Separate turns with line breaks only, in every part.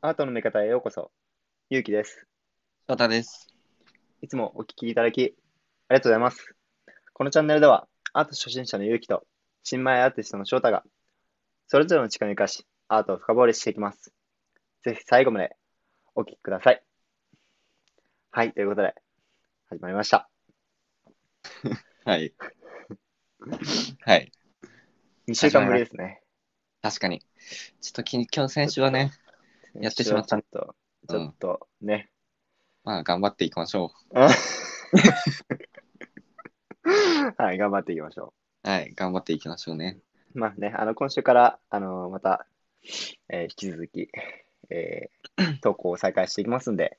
アートの見方へようこそ。ゆうきです。
翔太です。
いつもお聞きいただき、ありがとうございます。このチャンネルでは、アート初心者のゆうきと、新米アーティストの翔太が、それぞれの力を生かし、アートを深掘りしていきます。ぜひ最後までお聞きください。はい、ということで、始まりました。
はい。 はい。
2週間ぶりですね。
確かに。ちょっとき今日先週はね、やってしまった
ちょっと、ちょっとね。
まあ頑張っていきましょ
はい、頑張っていきましょう。
う。はい。頑張っていきましょうね。
まあね、あの今週から、あのまた、えー引き続き、え ー投稿を再開していきますんで、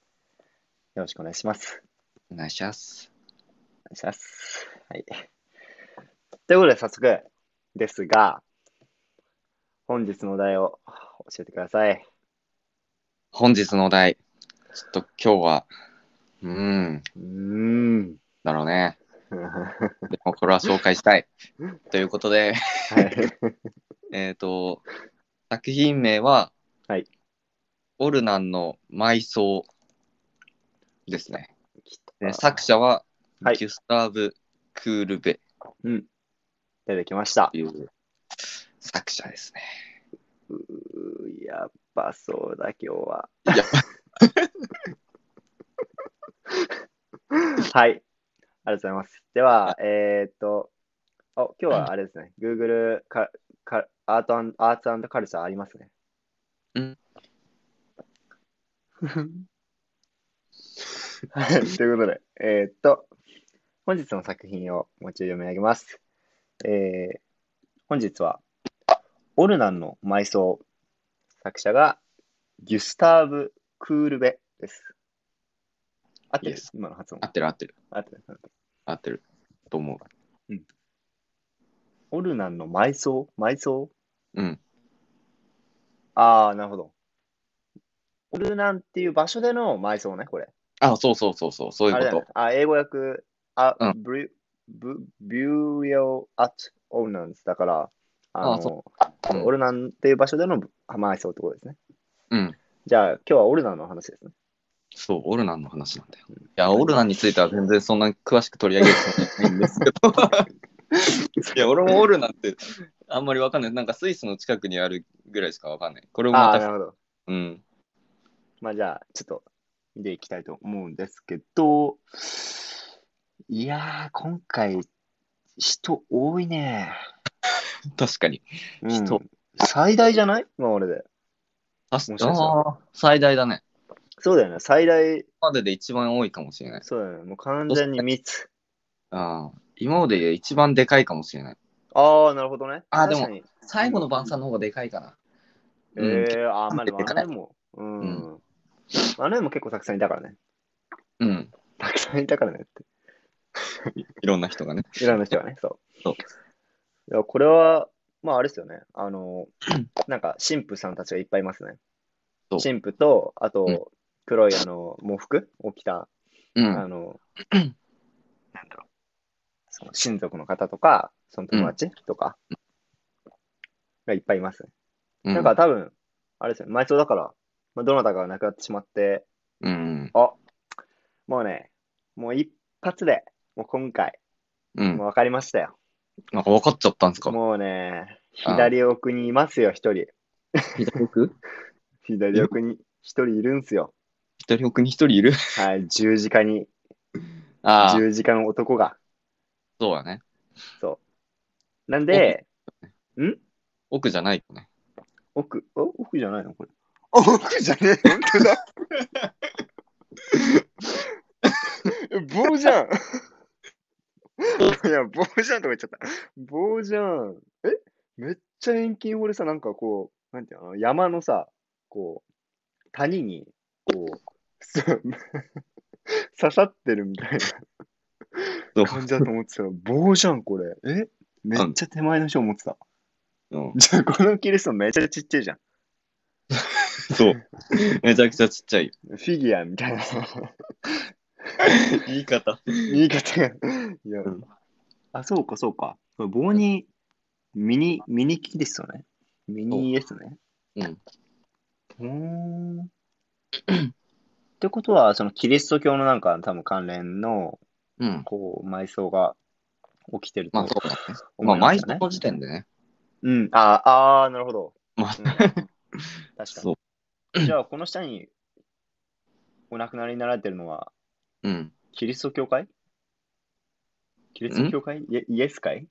よろしくお願いします。
お願いします。
お願いします。はい。ということで、早速ですが、本日のお題を教えてください。
本日のお題。ちょっと今日は、うーん、
うーん。
だろうね。
は
でもこれは紹介した い。ということ
い。
で、えっ、と、作品名は、
はい。
オルナンの埋葬ですね。
きっ
で
と
作者は、
はい
ギュスターブ・クールベ
うん。出てきました
と。いう作者ですね。
うーやっぱそうだ、今日は。
いや
はい。ありがとうございます。では、えーっと、あ、今日はあれですね、Google かかアートアンアーツカルチャーありますね。
うん。
はい ということで、えーっと、本日の作品をもう一度読み上げます。えー本日は、オルナンの埋葬。作者が、ギュスターブ・クールベです。合ってる
Yes
今の発音
合。ってる合ってる
合ってる合ってる
合ってると思
オルナンの埋葬埋葬
う。うん。
ああ、なるほど。オルナンっていう場所での埋葬ね、これ。
あ、そうそうそうそう、そうい
あれ
う
だ
こ
よ
と
ね。あ、英語訳、あ、
う
ブリブビューリオ・アット・オルナンスだから、あの
あそうん
オルナンっていう場所での埋葬ってことですね。
うん。
じゃあ、今日はオルナンの話ですね。
そう、オルナンの話なんだよ。いや、オルナンについては全然そんな詳しく取り上げるつもりないんですけど。 いや、俺もオルナンってあんまりわかんない。なんかスイスの近くにあるぐらいしかわかんない。これも
あ
ま
あー、なる
た、
ほど。
うん。
まあじゃあ、ちょっと見ていきたいと思うんですけど、いやー、今回、人多いね。
確かに。人
うん最大じゃない今までで。
あ
しかしたら
あー最大だね。
そうだよね。最大、
今までで一番多いかもしれない。
そうだよね。もう完全に密。
あー今までで一番でかいかもしれない。
ああ、なるほどね。
あーでも
確かに。
最後の晩餐の方がでかいかな。
え
うん
ー、あーまあでも
で
あ
か
れ
い
も、うん。あれも結構たくさんいたからね。
うん。
たくさんいたからねっ
いろんな人がね。
て。いろんな人がね、そう。
そう
いやこれは、まああれですよね。あ の、なんか神父さんたちがいっぱいいますね。
そう
神父と、あ
うん
と、黒いあの、喪服を着た、
うん。
あの、 なんだろう。その親族の方とか、その友達とか、がいっぱいいますね。
う
なんか、多分、あれですよね、埋葬だから、まあ、どなたかが亡くなってしまって、
うん。
あもうね、もう一発で、もう今回、
うん。
もう分かりましたよ。
なんか分かっちゃったんですか
もうね、
あ
左奥にいますよ、一人。
左奥
左奥に一人いるんすよ。
左奥に一人いる
はい、十字架に、
ああ、
十字架の男が。
そうだね。
なんで、
奥じゃないよね。
奥、お奥じゃないのこれ。奥じゃねえ、本当だ。棒じゃん。いや、棒じゃんとか言っちゃった。棒じゃん。えめっちゃ遠近法でさ、なんかこう、なんていうの、山のさ、こう、谷に、こう、そう 刺さってるみたい
そ
な
う
感じだと思ってたら、棒じゃん、これ。えめっちゃ手前の人思ってた。
うん、
じゃあ、このキリストめっちゃちっちゃいじゃん。
そう。めちゃくちゃちっちゃいよ。
フィギュアみたいな
言い方。
言い方が。いや、
うん
あ、そうか、そうか。これ棒に、ミニ、ミニキリストね。ミニイエスね。
うん。
うーん。ってことは、そのキリスト教のなんか多分関連の、
うん。
こう、埋葬が起きてる
まあ、
と
そうだね。ま
思
あ、
いま
毎
し
日
たね。
の時点でね。
うん。あーあー、なるほど。
まあ
うん確か
そう。
に。じゃあ、この下にお亡くなりになられてるのは、
うん。
キリスト教会キリスト教会イエイエス会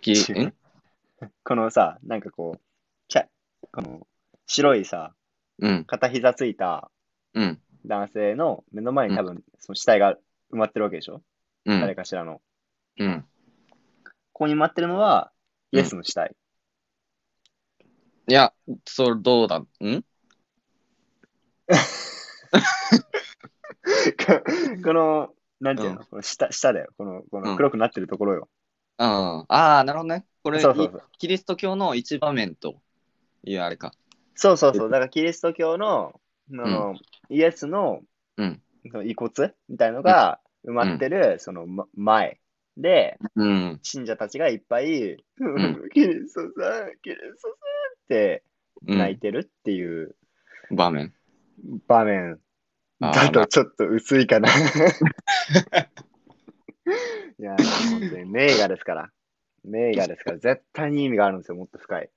き
違うんこのさ、なんかこう、キャこの白いさ、
うん。
片膝ついた
うん。
男性の目の前に多分、その死体が埋まってるわけでしょ、
うん。
誰かしらの。
うん。
ここに埋まってるのは、
うん
イエスの死体。
いや、それどうだん
この、なんていうの、この下下だよこの。こ
う
の
ん
黒くなってるところよ。
ああー、なるほどね。これ、
そうそうそう
いキリスト教の一場面というあれか。
そうそうそう。だからキリスト教の、あのイエスの,、
うん
その遺骨みたいのが埋まってる、その、ま前で、
うん。
信者たちがいっぱい、
ん
キリストさん、キリストさんって
うん
泣いてるっていう
場面。
場面
あー
だとちょっと薄いか な。いや、本当に名画ですから。名画ですから、絶対に意味があるんですよ、もっと深い。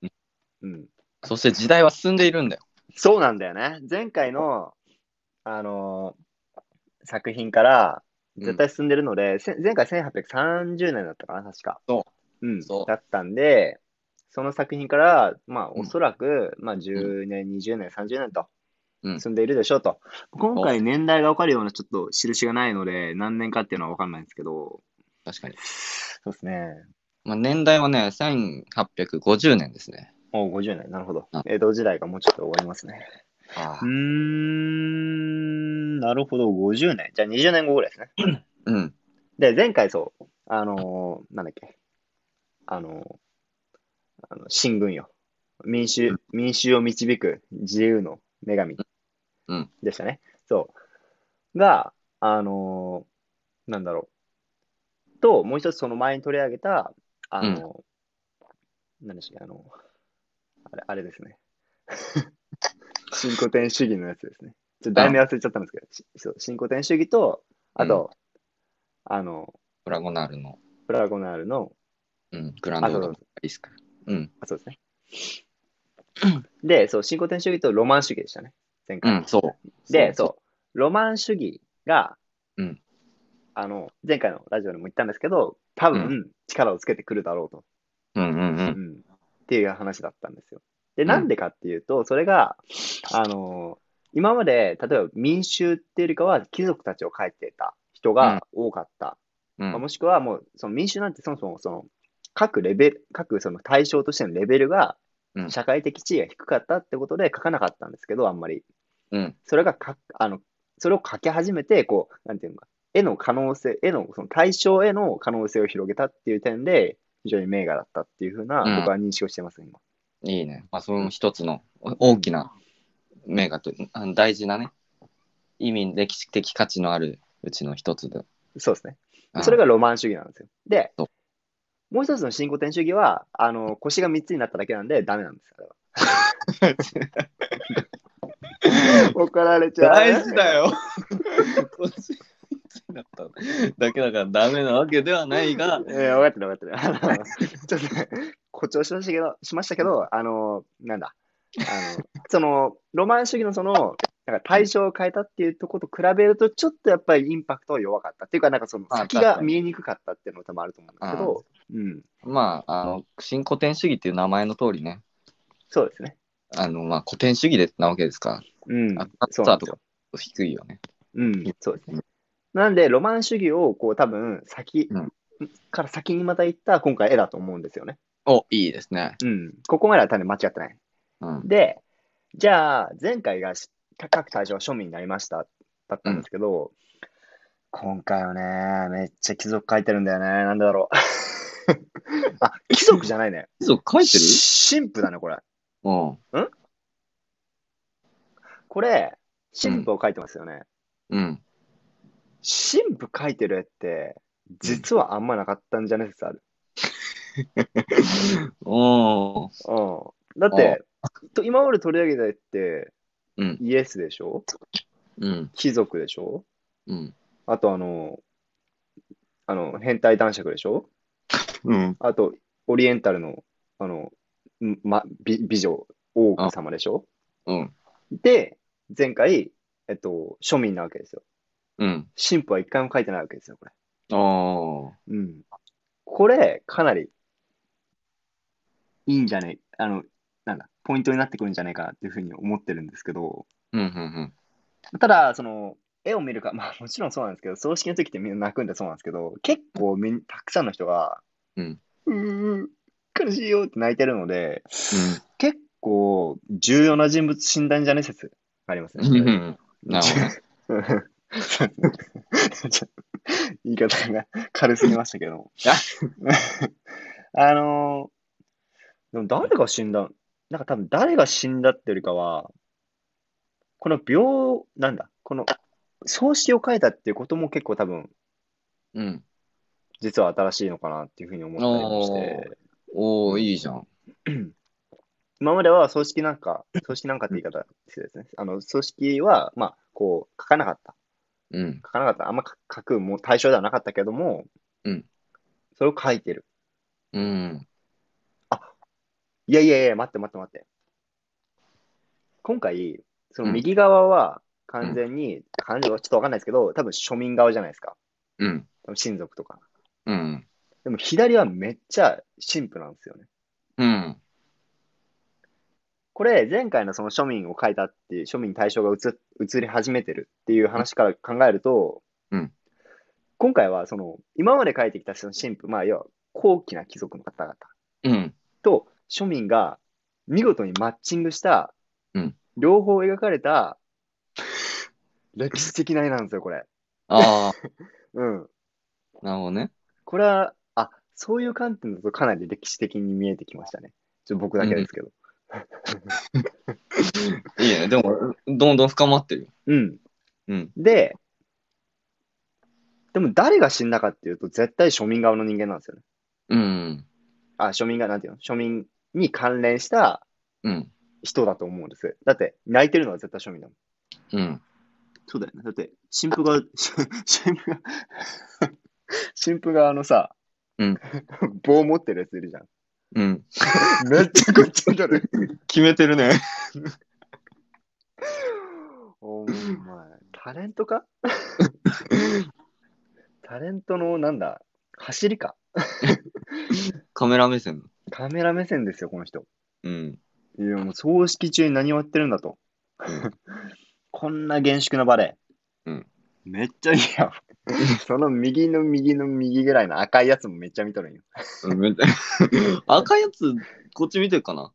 うん。
そして時代は進んでいるんだよ。
そうなんだよね。前回の、あのー作品から絶対進んでるので、せ前回1830年だったかな、確か。
そ
うん、
そう
だったんで、その作品から、まあ、
うん
おそらく、まあ、10年、20年、30年と
うん
進んでいるでしょうと。今回、年代が分かるようなちょっと印がないので、何年かっていうのは分かんないんですけど、
確かに。
そうですね。
まあ、年代はね、1850年ですね。
おう50年、なるほど
うん。
江戸時代がもうちょっと終わりますね。
あ
うーん、なるほど、50年。じゃあ20年後ぐらいですね。
うん。
で、前回そう、あのーなんだっけ、あのーあの新軍よ。民
う
衆、民衆を導く自由の女神
うん
でしたね。そう。が、あのーなんだろう。と、もう一つその前に取り上げた、あのー何でしたっけ、あのあれ、あれですね。新古典主義のやつですね。ちょっと題名忘れちゃったんですけどしそう、新古典主義と、あと、あの、
プラゴナールの、
プラゴナールの、
うん、グランドオーガのリスク。うん。
あ、そうですね。で、そう、新古典主義とロマン主義でしたね、前
う
回。
ん、そう。
で、そう、ロマン主義が、
うん
あの、前回のラジオでも言ったんですけど、多
う
分、力をつけてくるだろうと、
う。うんうんう。
うんんっていう話だったんですよ。で、
うん
なんでかっていうと、それが、あの、今まで、例えば民衆っていうよりかは、貴族たちを描いてた人が多かった。
う
まあ
ん
もしくはもうその民衆なんてそもそもその各レベル、各その対象としてのレベルが
うん
社会的地位が低かったってことで書かなかったんですけど、あんまり。
うん。
それがかあの、それを書き始めて、こう、なんていうのか、絵の可能性、絵のその対象への可能性を広げたっていう点で、非常に名画だったっていうふうな、
うん
僕は認識をしてます、今。
いいね。まあ、それも一つの大きな名画と、あの大事なね、意味、歴史的価値のあるうちの一つで。
そうですね。
うん
それがロマン主義なんですよ。で
そう、
もう一つの新古典主義は、あの、腰が3つになっただけなんで、ダメなんですよ。 あれは怒られちゃう。
大事だよ。 だっただけだからダメなわけではないが、
えー、分かってる分かってるあ の。ちょっとね、誇張しましたけど、しましたけど、あの、なんだ、あの、その、ロマン主義のその、なんか対象を変えたっていうとこと比べると、ちょっとやっぱりインパクトは弱かったっていうか、なんかその
あ
先
確
が
かに
見えにくかったっていうのも多分あると思うんですけど、うん、
まあ、あの、新古典主義っていう名前の通りね、
そうですね。
あの、まあ、古典主義でなわけですから、
うん
あ、
そう
ス
なん
ター
で
ト
すよ
が低いよね。
うん、そうです
う
ね。なんで、ロマン主義を、こう、多分、先
うん
から先にまた行った、今回絵だと思うんですよね。
お、いいですね。
うん。ここまでは多分間違ってない。
うん。
で、じゃあ、前回がし高く対象は庶民になりました、だったんですけど、今回はね、めっちゃ貴族書いてるんだよね。なんでだろう。 あ、貴族じゃないね。
そう、書いてる
神父だね、これ。
うん。
これ、神父を書いてますよね。
うん。
神父書いてる絵って、実はあんまなかったんじゃね説ある。
おー。
うん。だって、と今まで取り上げたやつって、
うん。
イエスでしょ
うん。
貴族でしょ
うん。
あとあの、あの、変態男爵でしょ
うん。
あと、オリエンタルの、あの、んま、美美女、王子様でしょ
うん。
で、前回、えっと、庶民なわけですよ。
うん。
神父は一回も書いてないわけですよ、これ。
ああ。
うん。これ、かなり、いいんじゃねあの、なんだ、ポイントになってくるんじゃないかなっていうふうに思ってるんですけど、
うん。うん。
ただ、その、絵を見るか、 まあもちろんそうなんですけど、葬式の時ってみんな泣くんでそうなんですけど、結構みん、たくさんの人が、
うん
うーん、苦しいよって泣いてるので、結構重要な人物診断じゃね説がありますね。
うん。うん。なるほど。
そうですねちょっと言い方が軽すぎましたけど。あのーでも誰が死んだなんか多分誰が死んだってよりかは、この病、なんだ、この、葬式を書いたっていうことも結構多分、
うん。
実は新しいのかなっていうふうに思ったりもして、
おおいいじゃん。
今までは葬式なんか、葬式なんかって言い方失礼ですね。あの、葬式は、まあ、こう、書かなかった。
うん。
書かなかった。あんま書書くもう対象ではなかったけども、
うん
それを書いてる。
うん。
いやいやいや、待って待って待って。今回、その右側は完全に、感情はちょっとわかんないですけど、多分庶民側じゃないですか。
うん。
多分親族とか。
うん。
でも左はめっちゃ神父なんですよね。
うん。
これ、前回のその庶民を書いたっていう、庶民に対象が移移り始めてるっていう話から考えると、
うん
今回はその、今まで書いてきたその神父、まあ、要は高貴な貴族の方々
うん。
と庶民が見事にマッチングした、
うん
両方描かれ た歴史的な絵なんですよ、これ。
あ
うん。
あ。なるほどね。
これは、あ、そういう観点だとかなり歴史的に見えてきましたね。ちょっと僕だけですけど。
いいね。でも、どんどん深まってるよ。
うん。
うん。
で、でも誰が死んだかっていうと、絶対庶民側の人間なんですよね。
うん。
あ、庶民が、なんていうの庶民に関連した
うん。
人だと思うんです。だって、泣いてるのは絶対庶民だもん。
うん。
そうだよね。だって、新婦が、 新婦が、 新婦があのさ、
うん
棒持ってるやついるじゃ
うん。
ん。めっちゃくちゃだる。
決めてるね。
お前、タレント かタレントの、なんだ、走りか。
カメラ目線。
カメラ目線ですよ、この人。
うん。
いや、もう葬式中に何をやってるんだと。こんな厳粛なバレエ。
うん
めっちゃいい やん。その右の右の右ぐらいの赤いやつもめっちゃ見とるんよ。
うん、赤いやつ、こっち見てるかな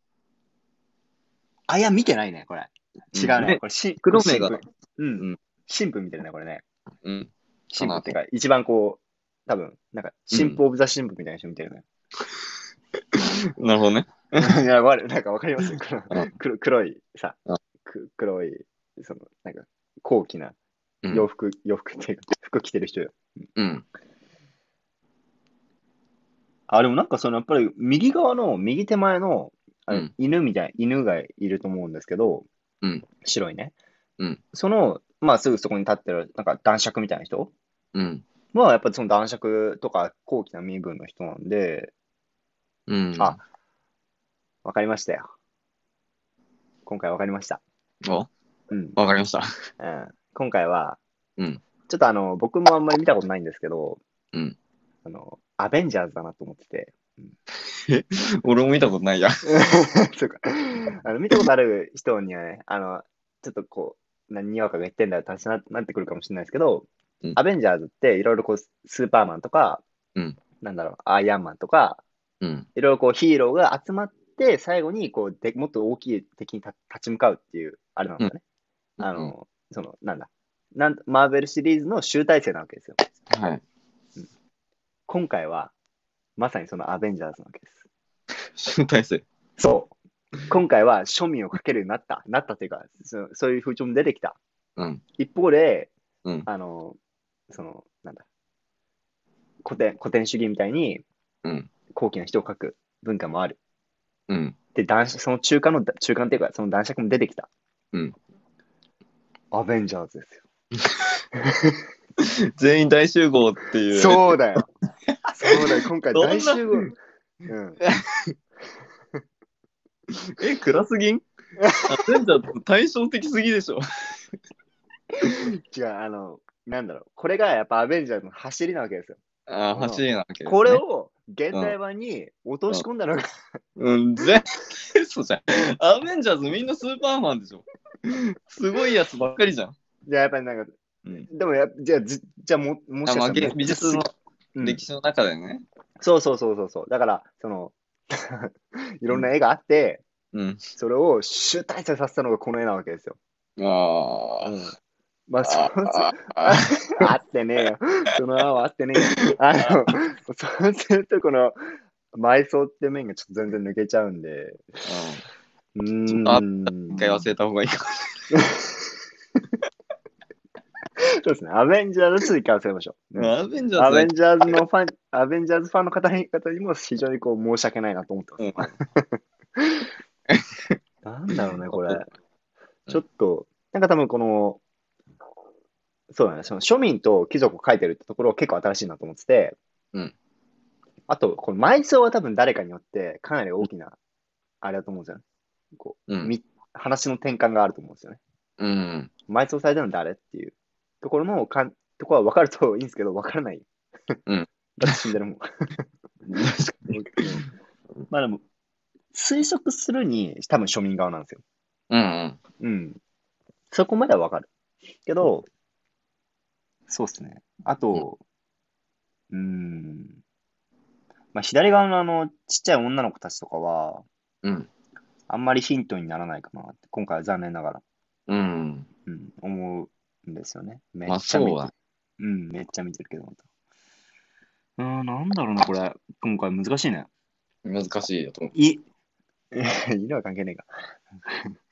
あ、いや、見てないね、これ。違うね。
ね
これ、し
黒目が
これ神父う
うんん。
神父見てるね、これね。
うん。
神父っていうか、一番こう、多分なんか、神父オブザ神父みたいな人見てるね。
なるほどね。
いや、わるなんかわかりますこ
う
の
ん
黒黒いさ
うん、
く黒い、その、なんか、高貴な
うん
洋服、洋服っていうか、服着てる人よ。
うん。
あ、でもなんかその、やっぱり右側の、右手前の、あの
うん
犬みたいな、犬がいると思うんですけど、
うん
白いね。
うん
その、まあ、すぐそこに立ってる、なんか男爵みたいな人
うん。
は、やっぱりその男爵とか高貴な身分の人なんで、
うん。
あわかりましたよ。今回わかりました。
お
うん。
わかりました。
うん今回は、
うん
ちょっとあの、僕もあんまり見たことないんですけど、
うん
あの、アベンジャーズだなと思ってて。
俺も見たことないや。
そうか。あの、見たことある人にはね、あの、ちょっとこう、何にわかが言ってんだよ、しななってくるかもしれないですけど、
うん
アベンジャーズっていろいろこう、スーパーマンとか、
うん
なんだろう、アイアンマンとか、
うん。
いろいろこうヒーローが集まって、最後にこうでもっと大きい敵に立立ち向かうっていう、あれなんですよね。
うん
あの、その、なんだなん。マーベルシリーズの集大成なわけですよ。
はい。
今回は、まさにそのアベンジャーズなわけです。
集大成。
そう。今回は庶民をかけるようになった。なったというか、そそういう風潮も出てきた。
うん。
一方で、
うん。
あの、その、なんだ。古典古典主義みたいに
うん。
高貴な人を書く文化もある。
うん。
で、男爵、その中間の、中間っていうか、その男爵も出てきた。
うん。
アベンジャーズですよ。
全員大集合っていう。
そうだ よ。そうだよ。今回
どんな
大集合。うん。
え、暗すぎんアベンジャーズ対照的すぎでしょ。
違う、あの、なんだろう。これがやっぱアベンジャーズの走りなわけですよ。
ああ、走りなわけです、ね。
これを現代版に落とし込んだのが、
うん、全然そうじゃん。アベンジャーズみんなスーパーマンでしょ。すごいやつばっかりじゃん。
じゃあやっぱりなんか、
うん
でもや、じゃあ、じじゃあも、も
あ
しか
まあ、
したら
げ
め
美
っちゃす、
術の
うん
歴史の中でね。
そうそうそうそうそう。だから、その、 いろんな絵があって、
うん。
それを集大成させたのがこの絵なわけですよ。
あー
まあ、そ
あ
う
ー。あー
あってねえよ。その案はあってねえよ。あの、そうするとこの埋葬って面がちょっと全然抜けちゃうんで。うー
ちょっとあ
ん。
一回忘れた方がいいか。
そうですね。アベンジャーズ2一回忘れましょう。ね
アベンジャ
ア
ーズ
ベ
ね
ンジャーズのファン、アベンジャーズファンの方に方にも非常にこう申し訳ないなと思ってます。 なんだろうね、これ。ちょっと、なんか多分この、そうだね、その庶民と貴族を書いてるってところは結構新しいなと思ってて、
うん
あと、この埋葬は多分誰かによってかなり大きな、あれだと思うんですよね。こ
う。
うんみ話の転換があると思うんですよね。
うん。
埋葬されたのは誰っていうところのかんところは分かるといいんですけど、分からない。
うん
だって死んでるもん。
確かに。
まあでも、推測するに多分庶民側なんですよ。
うんうん。
うん。そこまではわかる。けど、そうっすね。あと、うーん。まあ、左側のあの、ちっちゃい女の子たちとかは、
うん。
あんまりヒントにならないかなって、今回は残念ながら、
うん。
うん、思うんですよね。めっ
まあ、
ちゃ
そ
見て
うだ。
うん、めっちゃ見てるけど、また。うーん、なんだろうな、これ。今回難しいね。
難しいよと思
い、 色は関係ねえか。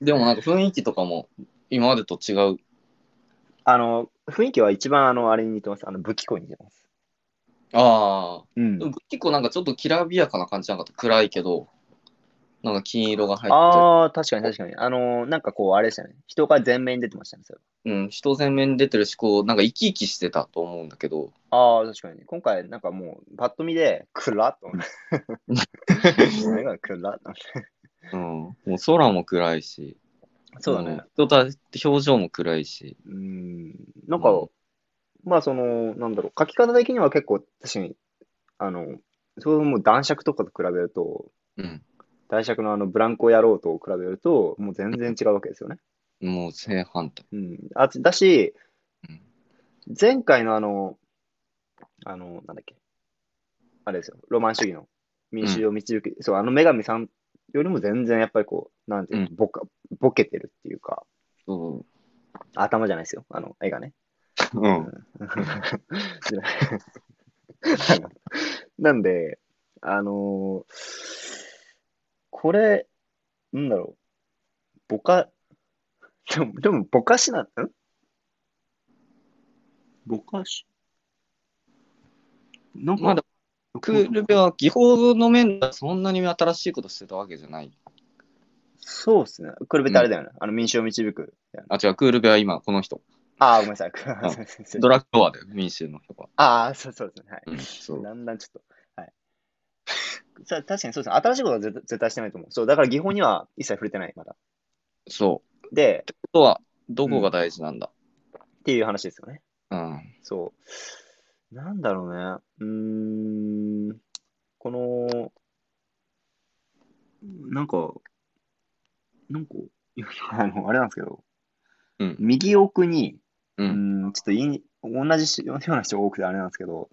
う。でもなんか雰囲気とかも今までと違う。
あの、雰囲気は一番あの、あれに似てます。あの、武器庫に似てます。
ああ。
うん
でも結構なんかちょっときらびやかな感じじゃなかった。暗いけど、なんか金色が入っ
ああ、確かに確かに。あのーなんかこう、あれでしたね。人が前面に出てましたね、それ
てる。うん。人前面に出てるし、こう、なんか生き生きしてたと思うんだけど。
ああ、確かに。今回、なんかもう、パッと見で、くらっ と思って。目がくらっと思って。
うん。もう空も暗いし。
そうだね。
うん。人た表情も暗いし。
うーん。なんか、
うん
まあ、その、なんだろう、書き方的には結構、確かに、あの、そうもう男爵とかと比べると、
うん。
男爵のあの、ブランコ野郎と比べると、もう全然違うわけですよね。
もう正反対。
うん。あ、だし
うん、
前回のあの、あの、なんだっけ、あれですよ、ロマン主義の民衆を導く、そう、あの女神さんよりも全然やっぱりこう、なんていうの
う
ぼか、ボケてるっていうか、
そ
頭じゃないですよ、あの絵がね。
う。うん。
なんで、あのーこれ、なんだろう、ぼか、でも、でもぼかしな、んぼかしなん
まあでも、クールベは技法の面ではそんなに新しいことしてたわけじゃない。
そうっすね。クルベってあれだよね。あの、民衆を導く。
あ、違う、クールベは今、この人。
ああ、ごめんな さい。
ドラクロワだよ、民衆の人が。
ああ、そうそうですね。はい。
うん、そう。
だんだんちょっと、はい。さ確かにそうですね。新しいことは絶絶対してないと思う。そう、だから技法には一切触れてない、まだ。
そう。
で、
ってことは、どこが大事なんだ。
っていう話ですよね。
うん。
そう。なんだろうね。うーん。この、なんか、なんか、いやあの、あれなんですけど、
うん
右奥に、
う。
うんーん、ちょっといい同じしような人が多くてあれなんですけど、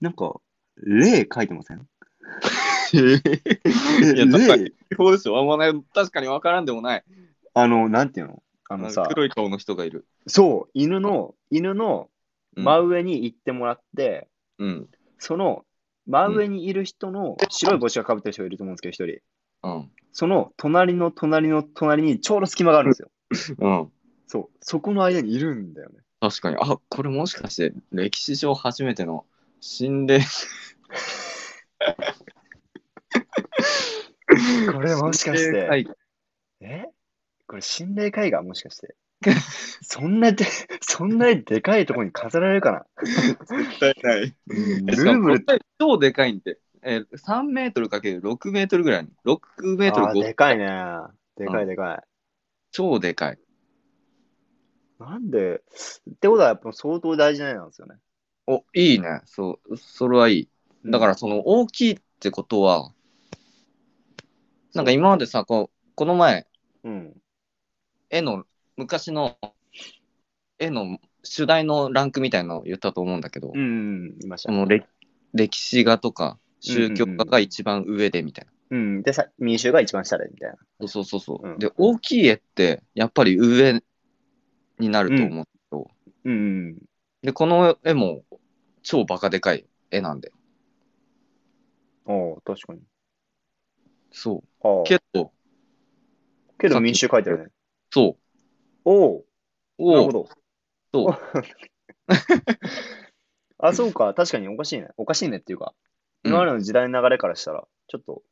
なんか、霊書いてません
いや、確かに
霊、、
違法でしょ。あんまね、確かに分からんでもない。
あの、なんていうのあのさ、
黒い顔の人がいる。
そう、犬の、犬の
うん
真上に行ってもらって、
うん。
その真上にいる人の白い帽子がかぶってる人がいると思うんですけど、一人。
うん。
その隣の隣の隣にちょうど隙間があるんですよ。
うん。
そう、そこの間にいるんだよね。
確かに。あ、これもしかして、歴史上初めての心霊。
これもしかして
はい。
えこれ心霊絵画もしかして。 そんなで、 そんなでかいとこに飾られるかな
絶対ない。
ル
えしか
ー
も
ブル、
答え超でかいんで。えー、3メートルかける6メートルぐらい。6メートル
あー
5
でかいね。でかいでか
超でかい。
い。なんで、ってことはやっぱ相当大事な絵なんですよね。
お、いいね。そう、それはいい。だから、その大きいってことは、なんか今までさ、こう、この前、
うん。
絵の、昔の、絵の主題のランクみたいなのを言ったと思うんだけど、
うん、うん、いまし
そ
た。
の歴歴史画とか宗教画が一番上でみたいな。
うん。で、さ民衆が一番下で、みたいな。
そうそうそうそう、
うん
で、大きい絵ってやっぱり上になると思う。
うんうん。
で、この絵も超バカでかい絵なんで。
おお確かに。
そ
あ
う。
ー
けど、
けど民衆書いてるね。
そう。
おおなる
お
ほ
う
ど。
そう
あ、そうか。確かにおかしいね。おかしいねっていうか、
うん
今までの時代の流れからしたら、ちょっと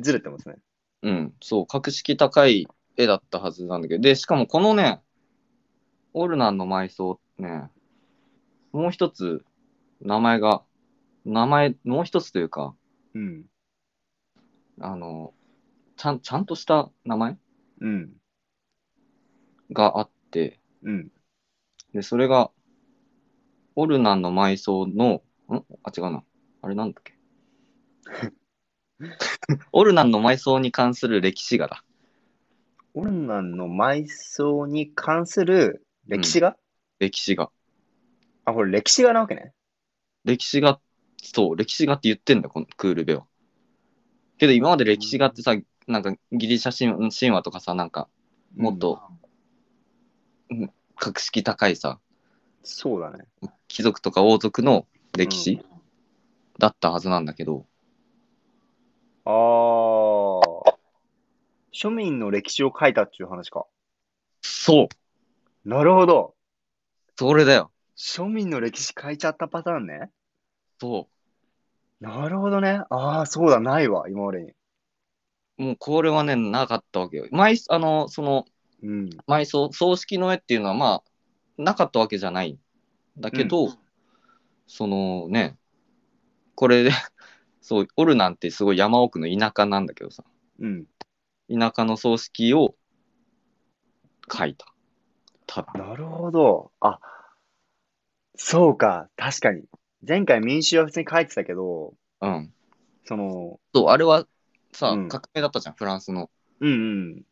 ずれてますね。
うん、そう、格式高い絵だったはずなんだけど、で、しかもこのね、オルナンの埋葬ね、もう一つ、名前が、名前、もう一つというか、
うん。
あの、ちゃん、ちゃんとした名前
うん。
があって、
うん。
で、それが、オルナンの埋葬の、んあ、違うな。あれなんだっけ。オルナンの埋葬に関する歴史画だ。
オルナンの埋葬に関する歴史が、
歴史画。
あ、これ歴史がなわけね。
歴史が、そう、歴史がって言ってんだよ、このクールベは。けど今まで歴史がってさ、なんかギリシャ神神話とかさ、なんかもっと格式高いさ、
そうだね。
貴族とか王族の歴史、だったはずなんだけど、
あー。庶民の歴史を書いたっていう話か。
そう、
なるほど。
それだよ、
庶民の歴史書いちゃったパターンね。
そ
なるほどね。ああ、そうだ、ないわ、今までに。
う、もうこれはね、なかったわけよ。埋あの、その、
うん。
埋葬、葬式の絵っていうのは、まあ、なかったわけじゃないんだけど、そのね、これで、 そう、オルなんてすごい山奥の田舎なんだけどさ、
うん。
田舎の葬式を書いた。ただ。
なるほど。あ、そうか、確かに。前回民衆は普通に書いてたけど、
うん。
その、
そう、あれはさ、
うん
革命だったじゃん、フランスの。
うん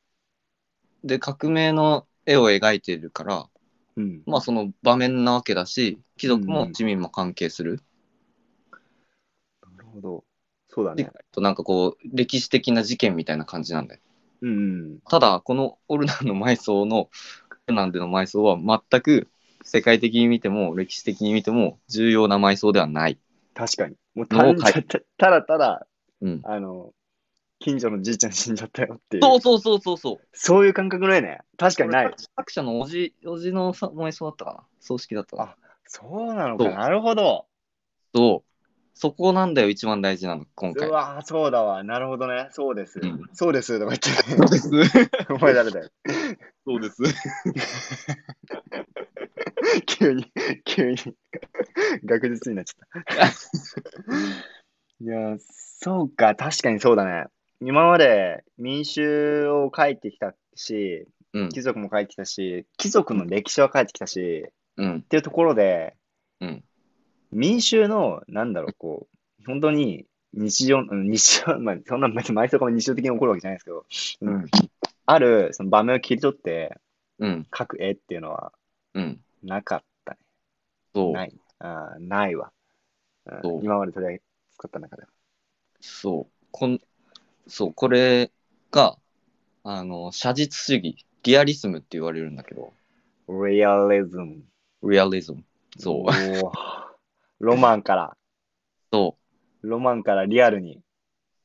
で、革命の絵を描いてるから、
うん。うん。
まあその場面なわけだし、貴族
う
も
ん
市民も関係する。
なるほど。そうだ
で
ね。
となんかこう、歴史的な事件みたいな感じなんだよ。
うんうん。
ただ、このオルナンの埋葬の、オルナンでの埋葬は全く世界的に見ても、歴史的に見ても重要な埋葬ではない。
確かに。もう
も
単
う書い
純たただただ、
うん。
あの、近所のじいちゃん死んじゃったよっていう。
そうそうそうそうそう。
そういう感覚ないね。確かにない。
作者のおじ、おじのさ埋葬だったかな葬式だったかな
あそうなのか。
そう
なるほど。
そう。そこなんだよ、一番大事なの、今回
う。わーそうだわ。なるほどね。そうです。
うん
そうです。とか言って。
です。
お前誰だよ。
そうです。
急に、急に、学術になっちゃった。 いや、そうか、確かにそうだね。今まで民衆を書いてきたし、
うん。
貴族も書いてきたし、貴族の歴史は書いてきたし、っ
うん。
ていうところで、
うん
民衆の、なんだろう、こう、本当に日常、うん日常、まあ、そんな、毎毎日も日常的に起こるわけじゃないですけど、
うん。
あるその場面を切り取って
うん。
書く絵っていうのは
うん。
なかったね。
そう。
ない。あーないわ。うん
そう
今まで取り上げ使った中では。
そう。こん、そう、これが、あの、写実主義、リアリズムって言われるんだけど、
リアリズム。
リアリズム。そう
お。ー。ロマンから、
そう。
ロマンからリアルに、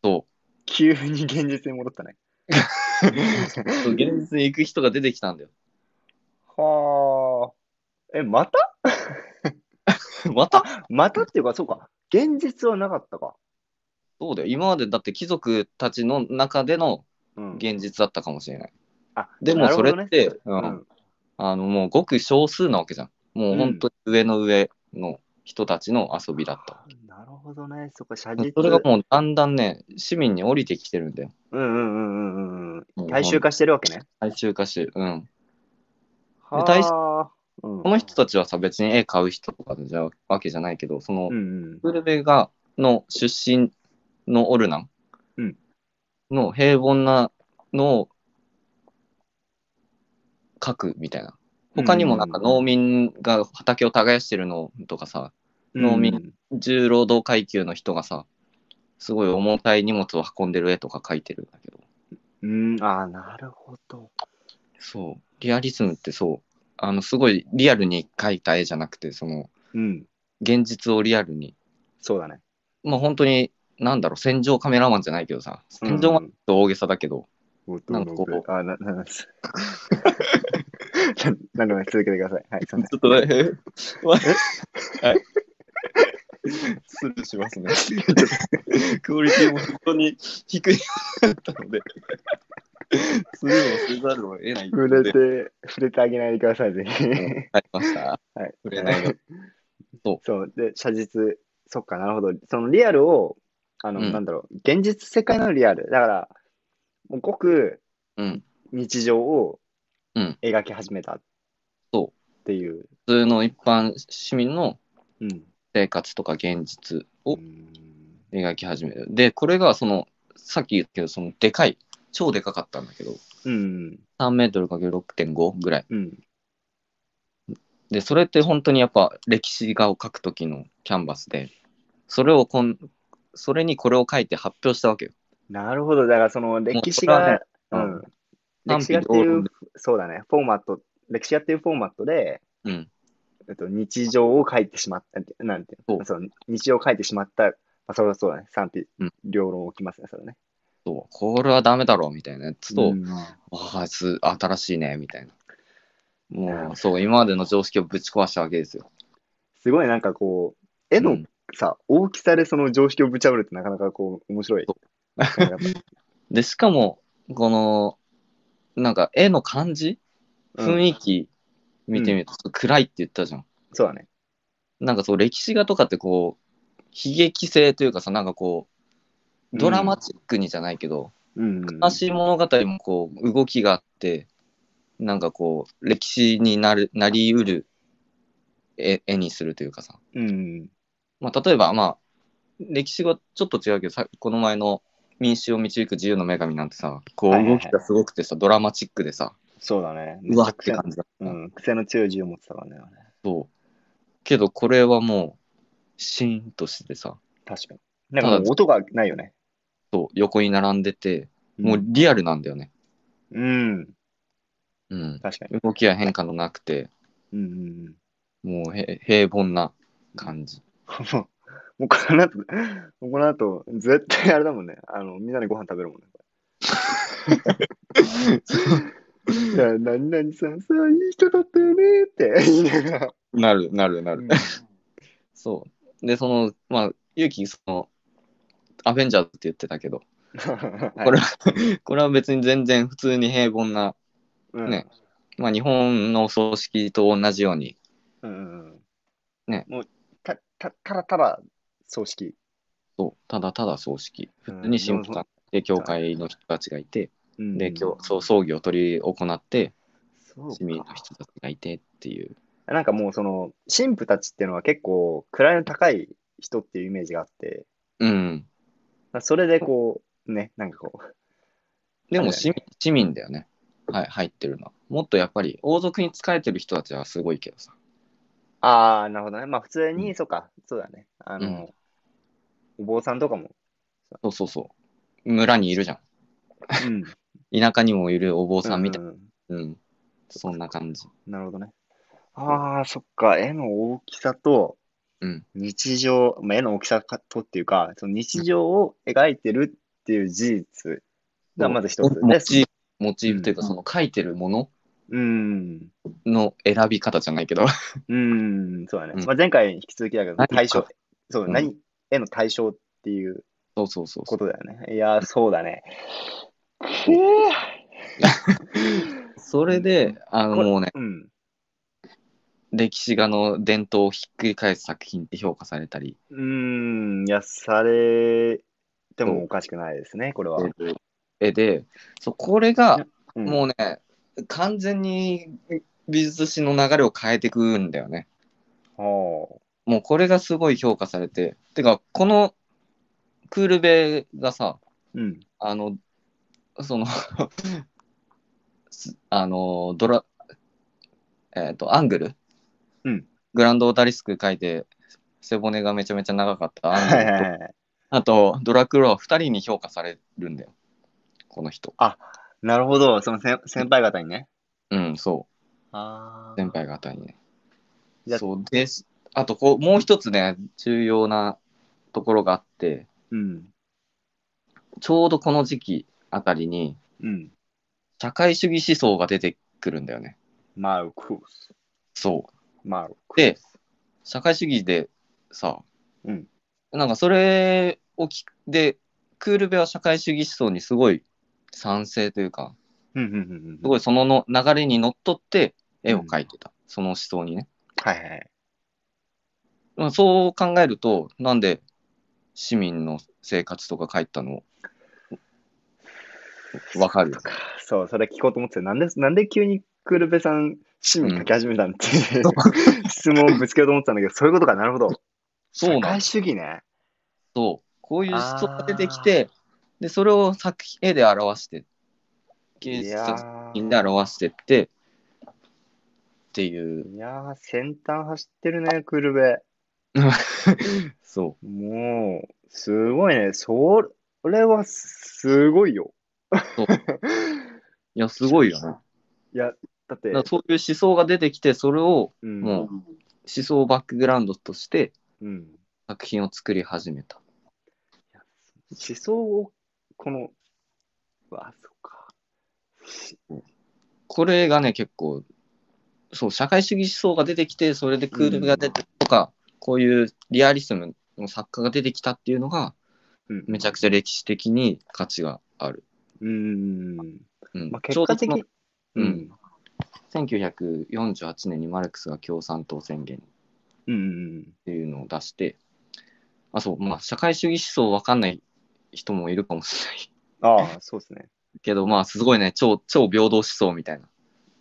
そ
急に現実に戻ったね。
う。そう現実に行く人が出てきたんだよ。
はあ。え、また
また
またっていうか、そうか。現実はなかったか。
そうだよ。今までだって貴族たちの中での
うん、
現実だったかもしれない。
あ
でもそれ
な
っ
るほどね
て、うんあのもうごく少数なわけじゃん。もう本当に上の上の人たちの遊びだった。
うんなるほどね。そこ写実。
それがもうだんだんね、市民に降りてきてるんだよ。
うんうんうんうんうん
もう
大衆化してるわけね。
大衆化してる。うん。
は
大衆
あ。うん
この人たちはさ、別に絵買う人とかじゃわけじゃないけど、その
う、ん
ウルベが、の出身のオルナン
うん
の平凡なのを描くみたいな。他にもなんか農民が畑を耕してるのとかさ、
うん、
農民重労働階級の人がさ、すごい重たい荷物を運んでる絵とか描いてるんだけど。
うん。うん、ああ、なるほど。
そう。リアリズムってそう。あの、すごいリアルに描いた絵じゃなくて、その、
うん、
現実をリアルに。
そうだね。
まあ本当に、なんだろう、戦場カメラマンじゃないけどさ、戦場マンって大げさだけど、
なん
かこう
あ、な、な、な、す ななんでもない続けてください。はい、すいま
ちょっと ね、はい。失礼しますね。クオリティも本当に 低いだったので、するをせざるを得な
せ
い
ん。触れて、 触れてあげないでください、ぜひ。
ありました。
はい。
触れないよ。
そう、で、写実、そっか、なるほど。そのリアルを、あの、
うん
なんだろう、現実世界のリアル。だから、もうごく
うん。
日常を
うん
描き始めた。。
そう
っていう。
普通の一般市民の
うん。
生活とか現実を
うん
描き始める。で、これがその、さっき言ったけど、その、でかい、超でかかったんだけど、
うん。
3メートル ×6.5 ぐらい。
うん。
で、それって本当にやっぱ歴史画を描く時のキャンバスで、それをこん、それにこれを書いて発表したわけよ。
なるほど。だから、その歴史
もうこれは
が
ね、
うん。
賛
歴史
否
がってい
両
う
論で、
そうだね、フォーマット、歴史がっていうフォーマットで、
うん。
えっと、日常を書いてしまった、なんていうのそう日常を書いてしまった、まあ、それはそうだね、賛否
うん
両論起きますね、それね。
そう、これはダメだろうみたいなやつと、
ん
わあ、す新しいねみたいな。
う
も
ん
う、そう、今までの常識をぶち壊したわけですよ。
すごいなんかこう、絵
う
の
ん
さ、大きさでその常識をぶち破るってなかなかこう、面白い。
そ
なんかやっ
で、しかも、この、なんか絵の感じ
ぱ
雰
うん
囲気見てみると、暗いって言ったじゃん。
そうだね。
なんかそう、歴史画とかってこう、悲劇性というかさ、なんかこう、ドラマチックにじゃないけど、
うん。
悲しい物語もこう動きがあってなんかこう歴史になるなりうる絵絵にするというかさ、
うん。
まあ、例えばまあ歴史はちょっと違うけどさこの前の「民衆を導く自由の女神」なんてさこう
はいはいはい
動きがすごくてさ、ドラマチックでさ
そうだね。
うわっ
く
て
ちゃ
感じだった、
うん、癖の強い銃を持ってたからね。あれ
そうけどこれはもうシーンとしてさ
確かに。なんかもう音がないよね。
そう横に並んでてもう
うん、
リアルなんだよね、
うん、
うん
確かに。
動きや変化のなくて
うんうんうん。
もうへ平凡な感じ
もう、もうこの後、もうこの後、絶対あれだもんね。あの、みんなでご飯食べるもんね。 いや、何々さん、さあ、いい人だったよねって言いながら。
なるなるな
う
る
ん。
そう。で、その、まあ、勇気、その、アベンジャーズって言ってたけど、これは、これは 別に全然普通に平凡な、
うん
ね。まあ、日本のお葬式と同じように、
うんうんうん。
ね
もう、た、た、たらたら、葬式。
そうただただ葬式。
うん
普通に神父さんで、教会の人たちがいて、
うん
で、今日、そう、葬儀を執り行って、
そう
市民の
か
人たちがいてっていう。
なんかもう、その、神父たちっていうのは結構、位の高い人っていうイメージがあって、
うん。
それでこう、ね、なんかこう、
でも
あれだ
市
よ
民、市民だよね。はい、入ってるのは。もっとやっぱり、王族に仕えてる人たちはすごいけどさ。
ああ、なるほどね。まあ普通
う
に、
ん
そうか、そうだね。あの、お坊さんとか も、
そうそうそう。村にいるじゃん。
うん。
田舎にもいるお坊さんみたい
うんうん
な、うんそんな感じ。
なるほどね。ああ、そっか、絵の大きさと
うん、
日常、まあ、絵の大きさかとっていうか、その日常を描いてるっていう事実がまず一つ。
モ
で、
チーフ、モチーフというか、
うん
その書いてるもの
うん、
の選び方じゃない けど、
うん、そうだね
う。ん
まあ、前回に引き続きだけど、
何か
対象、そう、
うん
何、絵の対象っていう
そうそうそう
こ
そう。
とだよね。いやー、そうだね。くぅ
それで、あの
これ
もうね、
うん。
歴史画の伝統をひっくり返す作品って評価されたり、
うーん、いや、されてもおかしくないですね、これは。
絵で、そうこれが
うん
もうね、完全に美術史の流れを変えてくんだよね。
ほ
もうこれがすごい評価されて、てか、このクールベがさ、
ううん。
あの、その す、あの、ドラ、えっ、と、アングル、
うん
グランドオータリスク書いて、背骨がめちゃめちゃ長かったアング
はい
ルと
はいはい。
あと、ドラクロは2人に評価されるんだよ、この人。
なるほど、その先先輩方にね。
うん、そ
あ
う、
ー
先輩方にね。
じゃあ
そうです。あとこう、もう一つね、重要なところがあって、
うん。
ちょうどこの時期あたりに、
うん。
社会主義思想が出てくるんだよね。
マルクス。
そう。
マルク
で
ス。
社会主義でさ、
うん
なんかそれを聞くでクールベは社会主義思想にすごい賛成というか
うんうんうんうん。
すごいそのの流れにのっとって絵を描いてた、その思想にね、
はいはい。
まあ、そう考えるとなんで市民の生活とか描いたのわかるよ
そう、それ聞こうと思ってたなんで、なんで急にクールベさん、市民書き始めたんって、 質問をぶつけようと思ってたん だけど、そういうことか、なるほど。社
そうなん
会主義ね。
そうこういう思想が出てきてでそれを作品絵で表して芸
い
術
や
作品で
ー
表してってっていう
いやー先端走ってるね、クールベ。
そ
もう、すごいね。それはすごいよ。
ういやすごいよね
いや、だって
だか、らそういう思想が出てきてそれを
うん、
もう思想をバックグラウンドとして
うん、
作品を作り始めた
思想を、この、うわ、そっか。
これがね結構そう社会主義思想が出てきてそれでクールが出てとか、こういうリアリズムの作家が出てきたっていうのが
うん、
めちゃくちゃ歴史的に価値がある、
うん。
うん
まあ、
ち
結
ょう
果
どそ
的
の、
う
うんん。1948年にマルクスが共産党宣言
うんうん
っていうのを出して、あ、そう、まあ、社会主義思想わかんない人もいるかもしれない
う ん。ああ、そうですね。
けど、まあ、すごいね、超、超平等思想みたいな。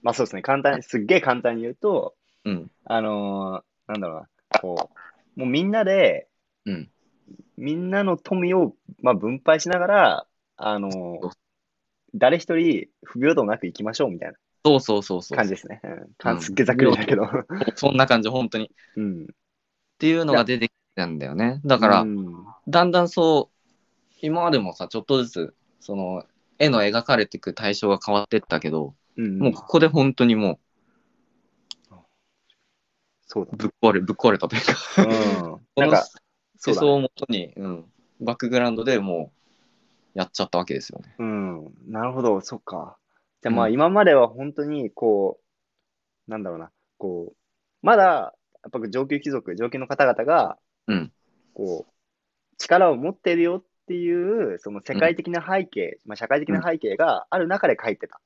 まあそうですね。簡単に、すっげえ簡単に言うと、
うん。
あのーなんだろうな、こう、もうみんなで、
うん
みんなの富を、まあ、分配しながら、あのー
そう
誰一人不平等なく生きましょうみたい
そうそうそうそ
な
う。
感じですね。うんか
うん
すっげえざっくりだけど。
そんな感じ、本当に。っ
うん。
ていうのが出てきたんだよね。だから、
うん
だんだんそう、今までもさ、ちょっとずつ、その、絵の描かれていく対象が変わってったけど、
うん
もうここで本当にも
そう
うぶっ壊れ、ぶっ壊れたという
だ。
か、
うん。
こ
な
の
ん
思
か、そうだ
想をもとに、うん、バックグラウンドでもう、やっちゃったわけですよね。
うん、なるほど、そっか。じゃあまあ
うん
今までは本当にこう、なんだろうな、こう、まだやっぱ上級貴族、上級の方々が
うん、
こう、力を持ってるよっていう、その世界的な背景、まあ社会的な背景がある中で書いてた。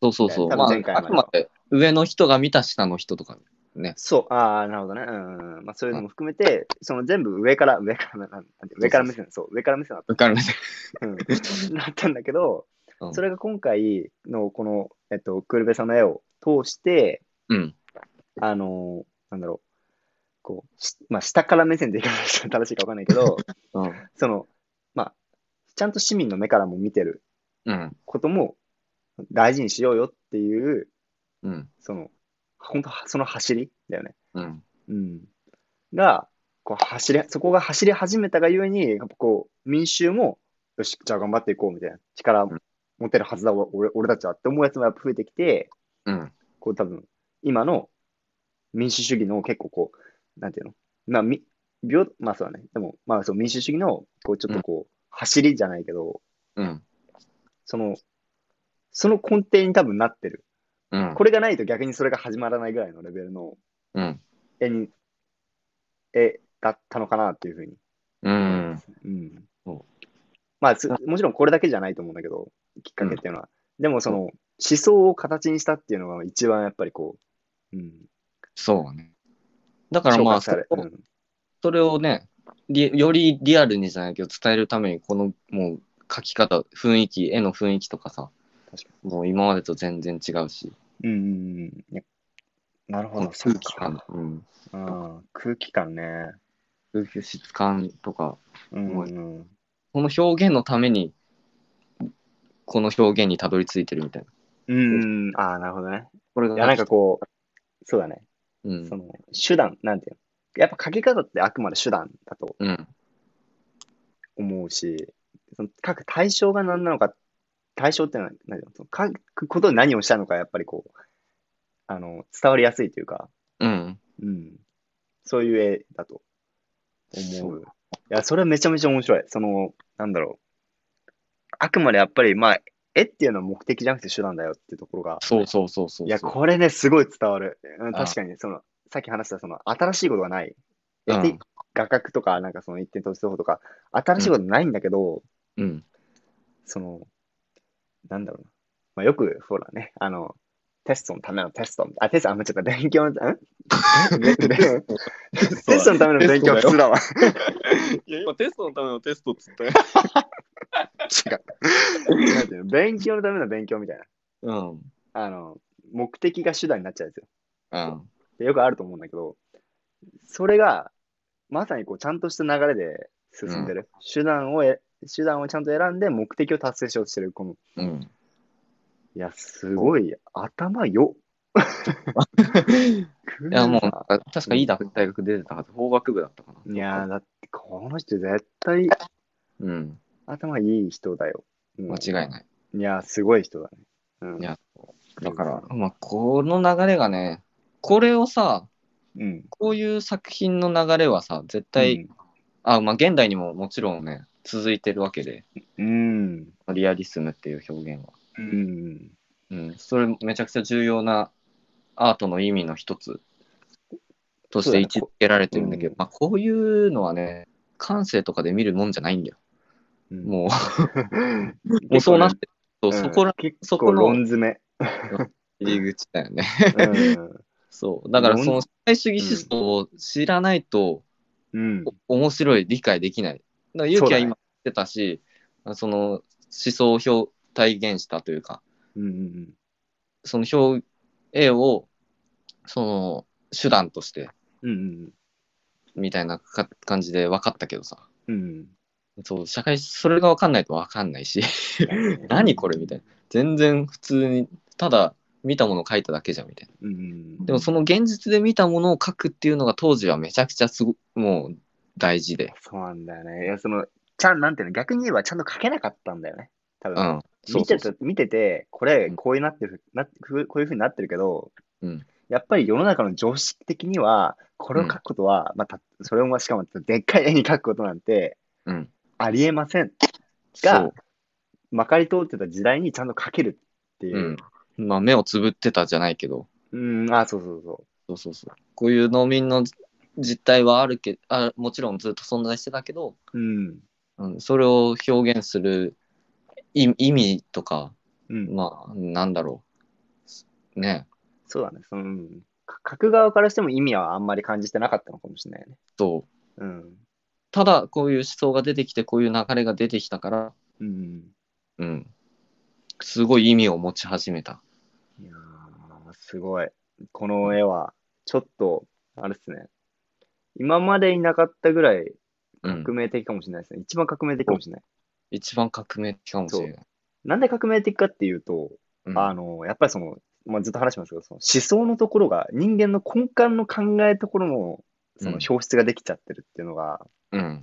そうそうそう。
多
ま
分
あ、
前回ま
あ
で
くまで上の人が見た下の人とかね。
そう、ああ、なるほどね。うん、まあそういうのも含めて、その全部上から、上から、なんなんて上から目線、そう、上から目線だった。
わかるね。
うん なったんだけど、
うん
それが今回のこの、えっと、クールベさんの絵を通して、
うん。
あのなんだろう、こう、しまあ、下から目線でいかないと正しいかわかんないけど、
うん。
その、まあ、ちゃんと市民の目からも見てる
うん。
ことも大事にしようよっていう、
うん。
その、本当その走りだよね。
うん。
うん。が、こう走り、そこが走り始めたがゆえに、やっぱこう、民衆も、よし、じゃあ頑張っていこうみたいな、力持てるはずだ、わ俺俺たちはって思うやつもやっぱ増えてきて、
うん。
こう多分、今の民主主義の結構こう、なんていうのまあ、み、平、まあそうだね。でも、まあそう、民主主義の、こう、ちょっとこう、走りじゃないけど、
うん。
その、その根底に多分なってる。
うん。
これがないと逆にそれが始まらないぐらいのレベルの
うん。
絵に、絵だったのかなっていうふうに
うん。
うん。
そ
まあ、すもちろんこれだけじゃないと思うんだけど、きっかけっていうのは。でも、その、思想を形にしたっていうのが一番やっぱりこう、うん、
そうね。だからまあ、
昇
そ
格され
れ
う
を
ん
それをね、リよりリアルにじゃないけど伝えるために、このもう描き方、雰囲気、絵の雰囲気とかさ
確か、
もう今までと全然違うし、
うんうんうんいや。なるほ
この
ど、そう
空気
か。
感、うん、
うん、空気感ね。
空気質感とか、
うんうん、
この表現のために、この表現にたどり着いてるみたいな。
うん、ああ、なるほどね。
これが
いや、なんかこう、そうだね。
うん
その、手段、なんていうの。やっぱ書き方ってあくまで手段だと
うん、
思うし、その書く対象が何なのか、対象ってのは何だろうその書くことに何をしたのか、やっぱりこう、あの、伝わりやすいというか、
うん、
うん。そういう絵だと
そ
思う。
う
いや、それはめちゃめちゃ面白い。その、なんだろう。あくまでやっぱり、まあ、絵っていうのは目的じゃなくて手段だよっていうところが、
そうそうそうそう。
いや、これね、すごい伝わる。うん
ああ
確かに、その、さっき話した、その、新しいことがない。
う
絵
ん
的画角とか、なんかその一点投資方法とか、新しいことないんだけど、
うん、
その、なんだろうな。まあ、よく、ほらね、あの、テストのためのテスト。あ、テスト、あ、間違った。勉強の、ん べべテストのための勉強は普通だわ。
いや、今テストのためのテストっつったよ。
違う。なんていうの勉強のための勉強みたいな。
うん、うん、
あの、目的が手段になっちゃうんですよ。
あ
でよくあると思うんだけど、それが、まさにこう、ちゃんとした流れで進んでる。手段をえ、手段をちゃんと選んで目的を達成しようとしてる。この、
うん。
いや、すごい、頭よ。
いや、もう、
クー
なん
ラ
か確かいい大学出てたはず、法学部だったか
ー
な。
いやー、だって、この人絶対
うん、
頭いい人だよ。もう
間違いない。
いやー、すごい人だね。うん。
いやだから、まあ、この流れがね、これをさ、
うん。
こういう作品の流れはさ、絶対、あまあ、現代にももちろんね、続いてるわけで、
うん。
リアリスムっていう表現は。
うん。
うん、それめちゃくちゃ重要なアートの意味の一つとして位置づけられてるんだけ
う
ど、
ん
まあ、こういうのはね、感性とかで見るもんじゃないんだよ。
うん。
も
うん、
う、もうそうなってると、
うん
そこら、
結
そ
構
こ
論
の
詰め。
入り口だよね。
うん。
そう。だから、
論
その社会主義思想を知らないと、
うん。
面白い、理解できない。だから、勇気は今言ってたし、そ,、の思想を表体現したというか、
うんうん
その表、絵を、その、手段として、
うん。うん
みたいなか感じで分かったけどさ。
うんうん。
そう、社会、それが分かんないと分かんないし、
うん。
何これみたいな。全然普通に、ただ見たものを書いただけじゃんみたいな。
うんうん。
でもその現実で見たものを書くっていうのが当時はめちゃくちゃすご、もう大事で。
そうなんだよね。いや、その、ちゃん、なんていうの、逆に言えばちゃんと書けなかったんだよね。多
う
分。
ん。そう
見
そ
て
うそう
て、見てて、これ、
うん
こういうなってる、な、こうこういうふうになってるけど、
うん
やっぱり世の中の常識的には、これを書くことは、まあた、それをしかも、でっかい絵に書くことなんて、
うん
ありえません。が
そう。
まかり通ってた時代にちゃんと書けるっていうう。
ん。まあ目をつぶってたじゃないけど、
うん、あ、そうそうそ
そうそうそう。こういう農民の実態はあるけあ、もちろんずっと存在してたけど、
う。うん。
うん、それを表現する意意味とか、
うん。
まあ、なんだろう。ね。
そうだね。その、うんか書く側からしても意味はあんまり感じてなかったのかもしれないよね。
と、
うん。
ただ、こういう思想が出てきて、こういう流れが出てきたから、
うん。
うん。すごい意味を持ち始めた。
いやー、すごい。この絵は、ちょっと、あれっすね。今までいなかったぐらい
うん。
革命的かもしれないですね。一番革命的かもしれない。
一番革命的かもしれない。
なんで革命的かっていうと、
うん
あの、やっぱりその、まあ、ずっと話しますけど、その思想のところが、人間の根幹の考えところの、その
うん
表出ができちゃってるっていうのが、
うん。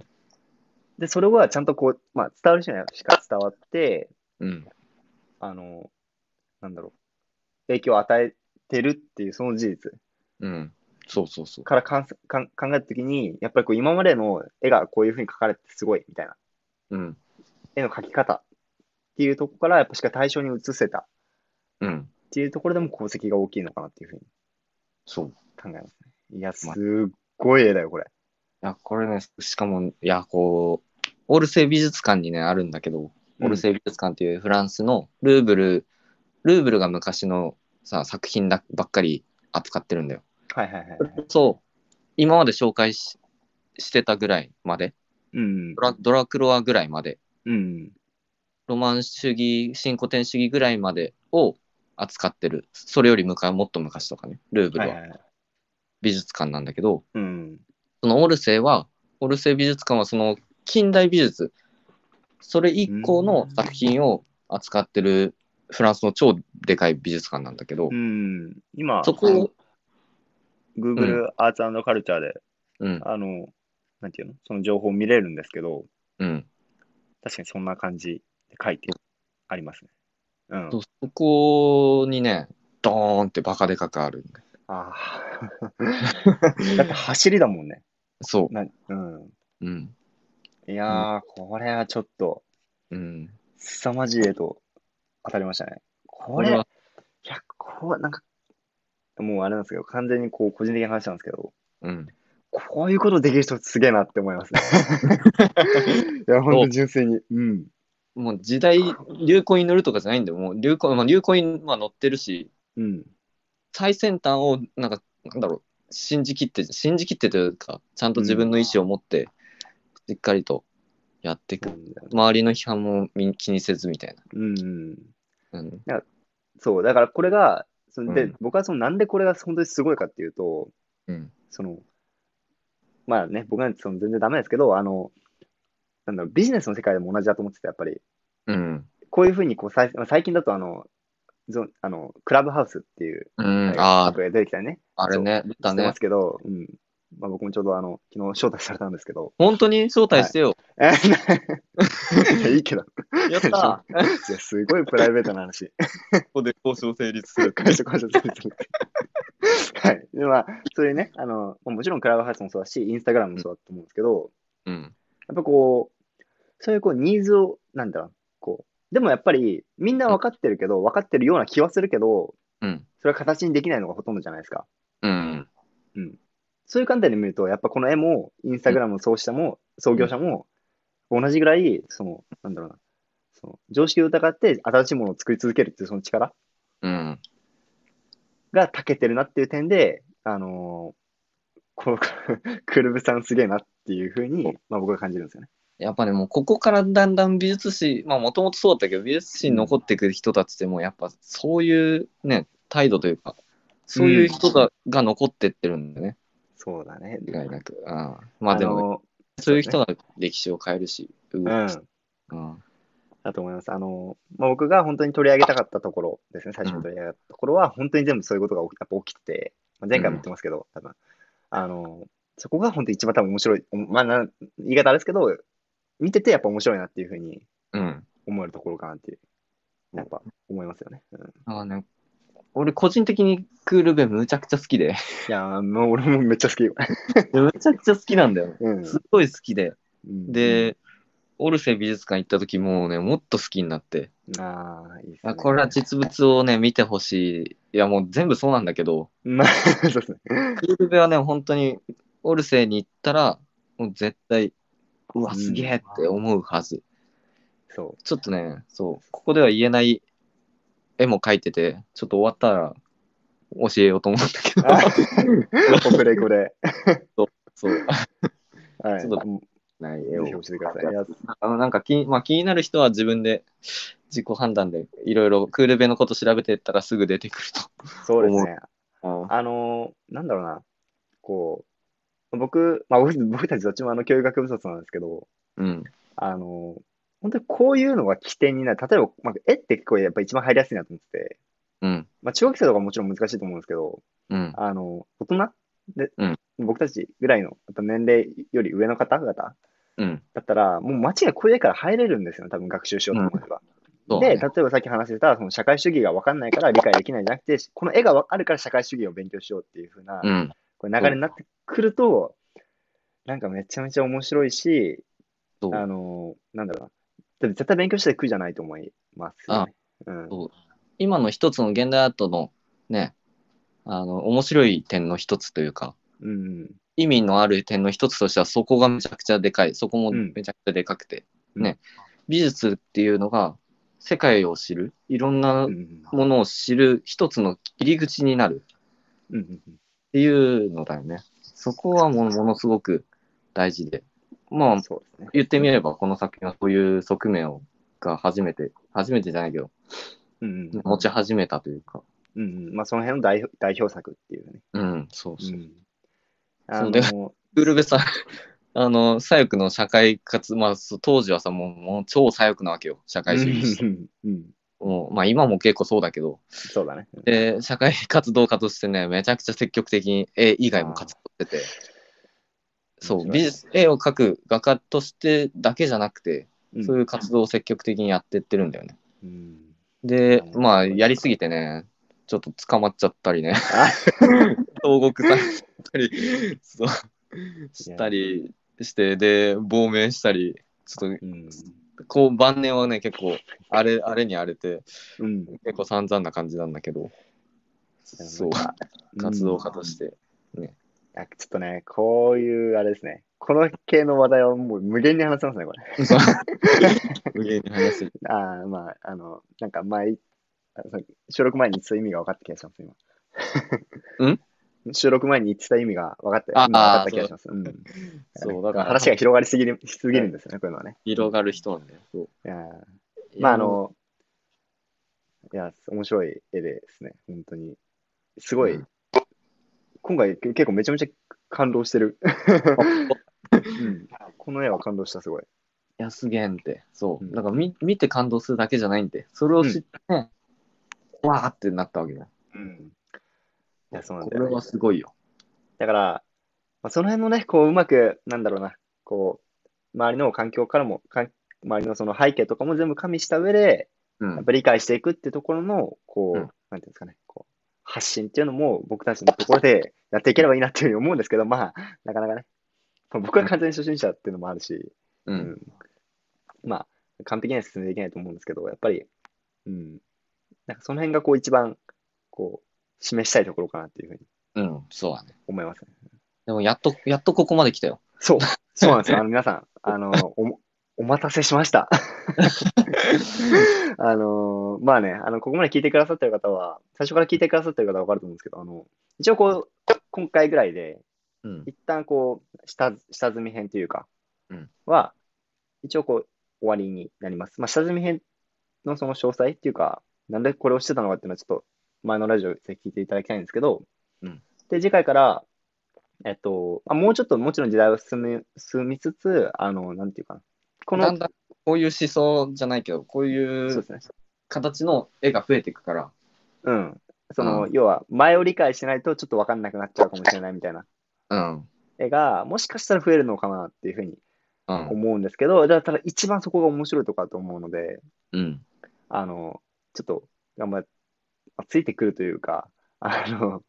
で、それはちゃんとこう、まあ、伝わる人にはしか伝わって、
うん。
あの、なんだろう、影響を与えてるっていうその事実
うん。そうそうそう。
からかんかん考えたときに、やっぱりこう今までの絵がこういうふうに描かれてすごいみたいな、
うん。
絵の描き方っていうところから、やっぱしか対象に移せたっ
うん。
ていうところでも功績が大きいのかなっていうふうに
そう。い
考えますね。いや、すっごい絵だよ、これ。
や、これね、しかも、いや、こう、オルセイ美術館にね、あるんだけど、オルセイ美術館っていうフランスのルーブル、ルーブルが昔のさ、作品だばっかり扱ってるんだよ。
はいはいはいはい。
そう、今まで紹介ししてたぐらいまで、
うん
ド。ラドラクロワぐらいまで、
うん。
ロマン主義、新古典主義ぐらいまでを扱ってる。それより昔、もっと昔とかね、ルーブ
はい
ル
は
はい
はい。
美術館なんだけど、
うん。
そのオルセイは、オルセイ美術館はその近代美術、それ以降の作品を扱ってるフランスの超でかい美術館なんだけど
う、ん。今、
そこを、
Google Arts and Culture で、
うん、
あの、なんていうのその情報見れるんですけど、
うん、
確かにそんな感じで書いてありますね。うん。
そうそこにね、ドーンってバカでかくあるんだよ。
ああ。 だって走りだもんね。
そ
なうん。
う、うん、
いやー、これはちょっと、
うん、
凄まじい絵と当たりましたね。こ
これ
れ、
はい
や、こう、なんか、もうあれなんですけど、完全にこう、個人的な話なんですけど、
うん。
こういうことできる人すげえなって思い ますね。いや、ほんと純粋に。うん。
もう時代、流行に乗るとかじゃないんだよ。もう流行、まあ、流行にまあ乗ってるし、
うん。
最先端をなんかなんだろう信じきって信じきってというかちゃんと自分の意思を持ってしっかりとやっていく、周りの批判もみ気にせずみたい
うん。
な、うん
そう、だからこれが、そので、
うん
僕はその、なんでこれが本当にすごいかっていうと、
うん
その、まあね、僕なんてその全然ダメですけど、あの、なんだろう、ビジネスの世界でも同じだと思ってて、やっぱり。
うん
こういうふうにこう最、まあ最近だとあの、ゾあの、クラブハウスっていう、
うん、
ア
あ
プリが出てきたりね、
ああれね出
知
た
ってま
ね
すけど、うん。まあ僕もちょうどあの、昨日招待されたんですけ ど、
本当に招待してよ、
えいいけど、
やった
いや、すごいプライベートな話。
ここで交渉成立する
会社会社全然。はい。で、まあ、そういうね、あの、まあもちろんクラブハウスもそうだし、インスタグラムもそうだと思うんですけど、
うん
やっぱこう、そういうこう、ニーズを、なんだろう、こう、でもやっぱり、みんな分かってるけど、分かってるような気はするけど、
うん
それは形にできないのがほとんどじゃないですか。
うん
そういう観点で見ると、やっぱこの絵も、インスタグラムの創始者も、創業者も、同じぐらい、その、なんだろうな、その常識を疑って新しいものを作り続けるっていうその力
うん
が長けてるなっていう点で、あのーこの クルブさんすげえなっていうふうに、まあ、僕は感じるんですよね。
やっぱねもうここからだんだん美術史まあもともとそうだったけど美術史に残ってくる人たちってもうやっぱそういうね態度というかそういう人が,、が残ってってるんだよね
そうだね。
間違いなく。うん、まあでも、
も、
そういう人は歴史を変えるし、動
うん
くし。、うん。
だと思います。あのーまあ、僕が本当に取り上げたかったところですね、最初に取り上げたところは、本当に全部そういうことが起きやっぱ起きてて、まあ、前回も言ってますけど、多分あのーそこが本当に一番多分面白い、おまあ、な言い方あれですけど、見ててやっぱ面白いなっていうふうに
うん。
思えるところかなっていう、やっぱ思いますよね。うん、い
あね、俺個人的にクールベむちゃくちゃ好きで、
やー、もう俺もめっちゃ好き。
むちゃくちゃ好きなんだよ。
うん
すごい好きで。
うん、
で、オルセイ美術館行った時もうね、もっと好きになって、
ああ、いいですね。
あこれは実物をね、見てほしい。いや、もう全部そうなんだけど、
まあ、 そうですね。
クールベはね、本当にオルセイに行ったら、もう絶対、うわ、すげえって思うはず。
そ
ちょっとね、そう、ここでは言えない絵も描いてて、ちょっと終わったら教えようと思うんだけ
う。あ
ど、
これこれ。
そう、
はい。ぜ
ちょっとない
ひ
絵を。
教えてください。いや
あのなんか気,、まあ、気になる人は自分で自己判断でいろいろクールベのこと調べてったらすぐ出てくる
そうですね。
と。
あのー、なんだろうな。こう、僕、まあ、僕僕たちどっちもあの教育学部卒なんですけど、
うん。
あのー、本当にこういうのが起点になる。例えば、まあ、絵って結構やっぱ一番入りやすいなと思ってて、
うん。
まあ、中学生とかももちろん難しいと思うんですけど、
うん。
あの、大人で、
うん
僕たちぐらいの、やっぱ年齢より上の方々だ
うん。
ったら、もう間違いこういう絵から入れるんですよね、多分学習しようと思えば。
そう
で、
ね、
例えばさっき話してた、その社会主義が分かんないから理解できないんじゃなくて、この絵がわあるから社会主義を勉強しようっていう風な、
うん。
これ流れになってくると、なんかめちゃめちゃ面白いし、
そう
あのーなんだろうな、絶対勉強して苦じゃないと思いますよね、うん
そう今の一つの現代アートのね、あの、面白い点の一つというか、
うん。
意味のある点の一つとしては、そこがめちゃくちゃでかい。そこも
うん
めちゃくちゃでかくて。
うん
ね。美術っていうのが、世界を知る、いろんな
うん
ものを知る一つの入り口になるっ
うんうんうん
ていうのだよね。そこはもうものすごく大事で。まあ、
そうですね。
言ってみれば、この作品はそういう側面をが初めて、初めてじゃないけど、
うんうん
持ち始めたというか。
うんうんまあ、その辺の代表代表作っていうね。
うん、そうそう。
うんあの
そうだウルベさん、 あの、左翼の社会活、まあ、そう当時はさ、もうもう超左翼なわけよ、社会主義。
うんうん
もうまあ、今も結構そうだけど、
そうだね。
で、社会活動家としてね、めちゃくちゃ積極的に絵以外も活動してて、そう、
面白い
美術、絵を描く画家としてだけじゃなくて、
うん
そういう活動を積極的にやってってるんだよね。
うん
で、
うん
まあ、やりすぎてね、ちょっと捕まっちゃったりね、
あ
投獄されたり、そう、したりして、で、亡命したり、ちょっ
うん
と、こう、晩年はね、結構、あれ、あれに荒れて、
うん。
結構散々な感じなんだけど、そう、活動家として
うん
て。
いやちょっとね、こういう、あれですね、この系の話題はもう無限に話せますね、これ。
無限に話せる。
ああ、まあ、あの、なんか前、あの収録前に言ってた意味が分かった気がします、 今。
ん
収録前に言ってた意味が分かった、
あ
今分かった気がします。うん。
そう、だから、
話が広がりすぎる、しすぎるんですよね、こういうのはね。
広がる人なんだよ。そう
いやーまああ、の、いや、面白い絵ですね、本当に。すごい、
うん
今回け結構めちゃめちゃ感動してる。 うんこの絵は感動した、すごい。
いや、すげえんって。そう。
うん
だから見、見て感動するだけじゃないんで、それを知って、ねわーってなったわけだ。
うん。いや、そうなん
こ
だ
れ
よね
はすごいよ。
だから、まあ、その辺のね、こう、うまく、なんだろうな、こう、周りの環境からも、かん周りのその背景とかも全部加味した上で、
う
やっ
ん。
ぱ理解していくってところの、こう、
うん
なんていうんですかね、こう、発信っていうのも僕たちのところで やっていければいいなっていうふうに思うんですけど、まあ、なかなかね、まあ僕は完全に初心者っていうのもあるし、
う。
うんまあ、完璧には進めていけないと思うんですけど、やっぱり、うん、なんかその辺がこう一番、こう、示したいところかなっていうふうに
うん。そうだね。
思いますね。
でも、やっと、やっとここまで来たよ。
そう、そうなんですよ。あの皆さん、あの、おも、お待たせしました。 あの、まあね、あの、ここまで聞いてくださってる方は、最初から聞いてくださってる方はわかると思うんですけど、あの、一応こう、今回ぐらいで、
うん。
一旦こう、下、下積み編というか
うん、
は、一応こう、終わりになります。まあ、下積み編のその詳細っていうか、なんでこれをしてたのかっていうのはちょっと、前のラジオで聞いていただきたいんですけど
うん、
で、次回から、えっと、あもうちょっともちろん時代を進み、進みつつ、あの、なんていうかな。この、
だんだん、こういう思想じゃないけど、こうい
そう
う
ですね。
形の絵が増えていくから、
うん。その、
うん
要は、前を理解しないとちょっとわかんなくなっちゃうかもしれないみたいな
うん。
絵が、もしかしたら増えるのかなっていうふうに
うん。
思うんですけど、だから一番そこが面白いとこだと思うので、
うん。
あの、ちょっと頑張っ、まあついてくるというか、あの、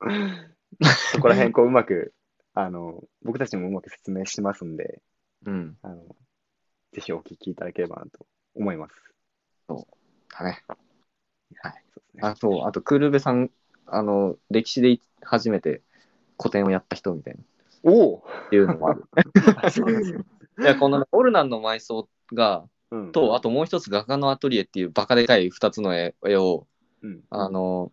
そこら辺こううまく、あの、僕たちもうまく説明しますんで、
うん。
あの、ぜひお聞きいただければなと思います。そう
だね。
ですね。
あと、あと、クールベさん、あの、歴史で初めて古典をやった人みたいな、
おお
っていうのも ある。
そうなんですよ。
いや、このオルナンの埋葬が、
うん。
と、あともう一つ、画家のアトリエっていうバカでかい2つの絵絵を、
うん、
あの、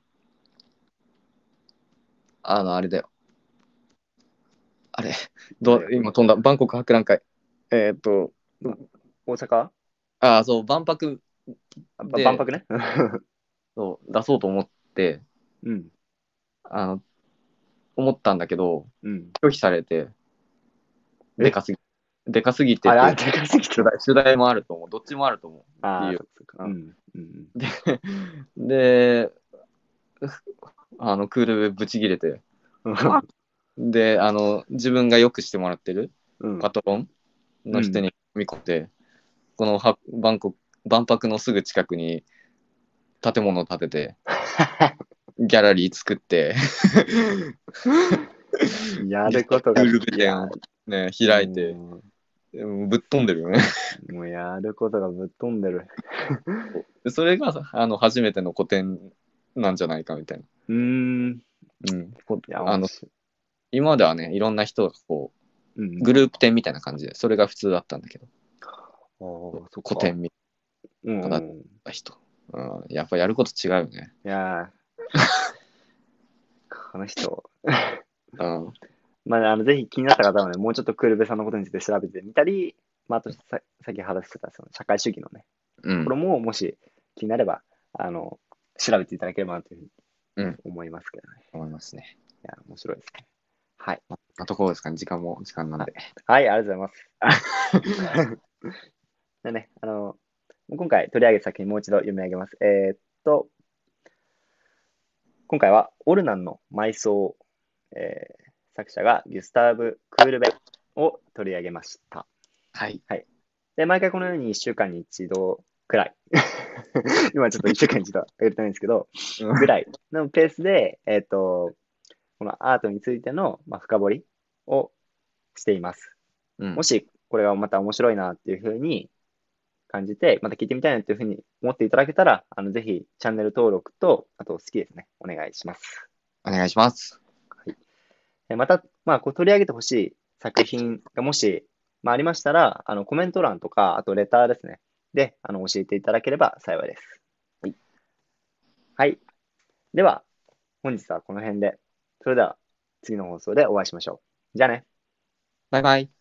あの、あれだよ。あれ、どう今飛んだ、バンコク博覧会。えーっと、
大阪
ああ、そう、万博
あば
で
万博ね。
を出そうと思って、
うん。
あの、思ったんだけど、
うん。
拒否されて、
え
でかすぎ、でかすぎて
あ
て
れ、あでかすぎて
主題、主題もあると思う。どっちもあると思
ああ、
いい
そっ
よ
かそっか。うん。うん。
う。で、あの、クールぶち切れて。で、あの、自分がよくしてもらってる
うん。
パトロンの人に見込んで、このはバンコク万博のすぐ近くに建物を建て て、ギャラリー作って、
やることが。
ルールでね、開いて、
も
うんぶっ飛んでるよね。
うもうやることがぶっ飛んでる。
でそれがあの初めての個展なんじゃないかみたいな。
うーん。
うん、こ
いや、
あの
面白い
今まではねいろんな人がこ
うん
うグループ展みたいな感じでそれが普通だったんだけど
あーそっか
古典み
うん、うん。い
たいな人、うん、やっぱやること違うよね、
やーこの人、
うん、
まあ、あのぜひ気になった方はね、もうちょっとクールベさんのことについて調べてみたり、まあ、あとささっき話してたその社会主義のね、
うん
これももし気になれば、あの、調べていただければなというふう
う
に
ん
思いますけどね。
思いますね
いや、面白いですね。はい。
あとこうですかね時間も時間なんで
はい、ありがとうございます。でね、あの、今回取り上げた作品もう一度読み上げます。えーっと、今回はオルナンの埋葬、えー作者がギュスターブ・クールベを取り上げました。
はい
で、毎回このように1週間に一度くらい、 今ちょっと1週間に一度上げてないんですけど、ぐらいのペースで、えっ、と、このアートについての、まあ、深掘りをしています。
うん
もしこれがまた面白いなっていうふうに感じて、また聞いてみたいなっていうふうに思っていただけたら、あのぜひチャンネル登録と、あと好きですね、お願いします。
お願いします
えまた、まあ、こう取り上げてほしい作品がもし、まあ、ありましたら、あのコメント欄とか、あとレターですね。で、あの教えていただければ幸いです。はい。はい。では、本日はこの辺で。それでは、次の放送でお会いしましょう。じゃあね。
バイバイ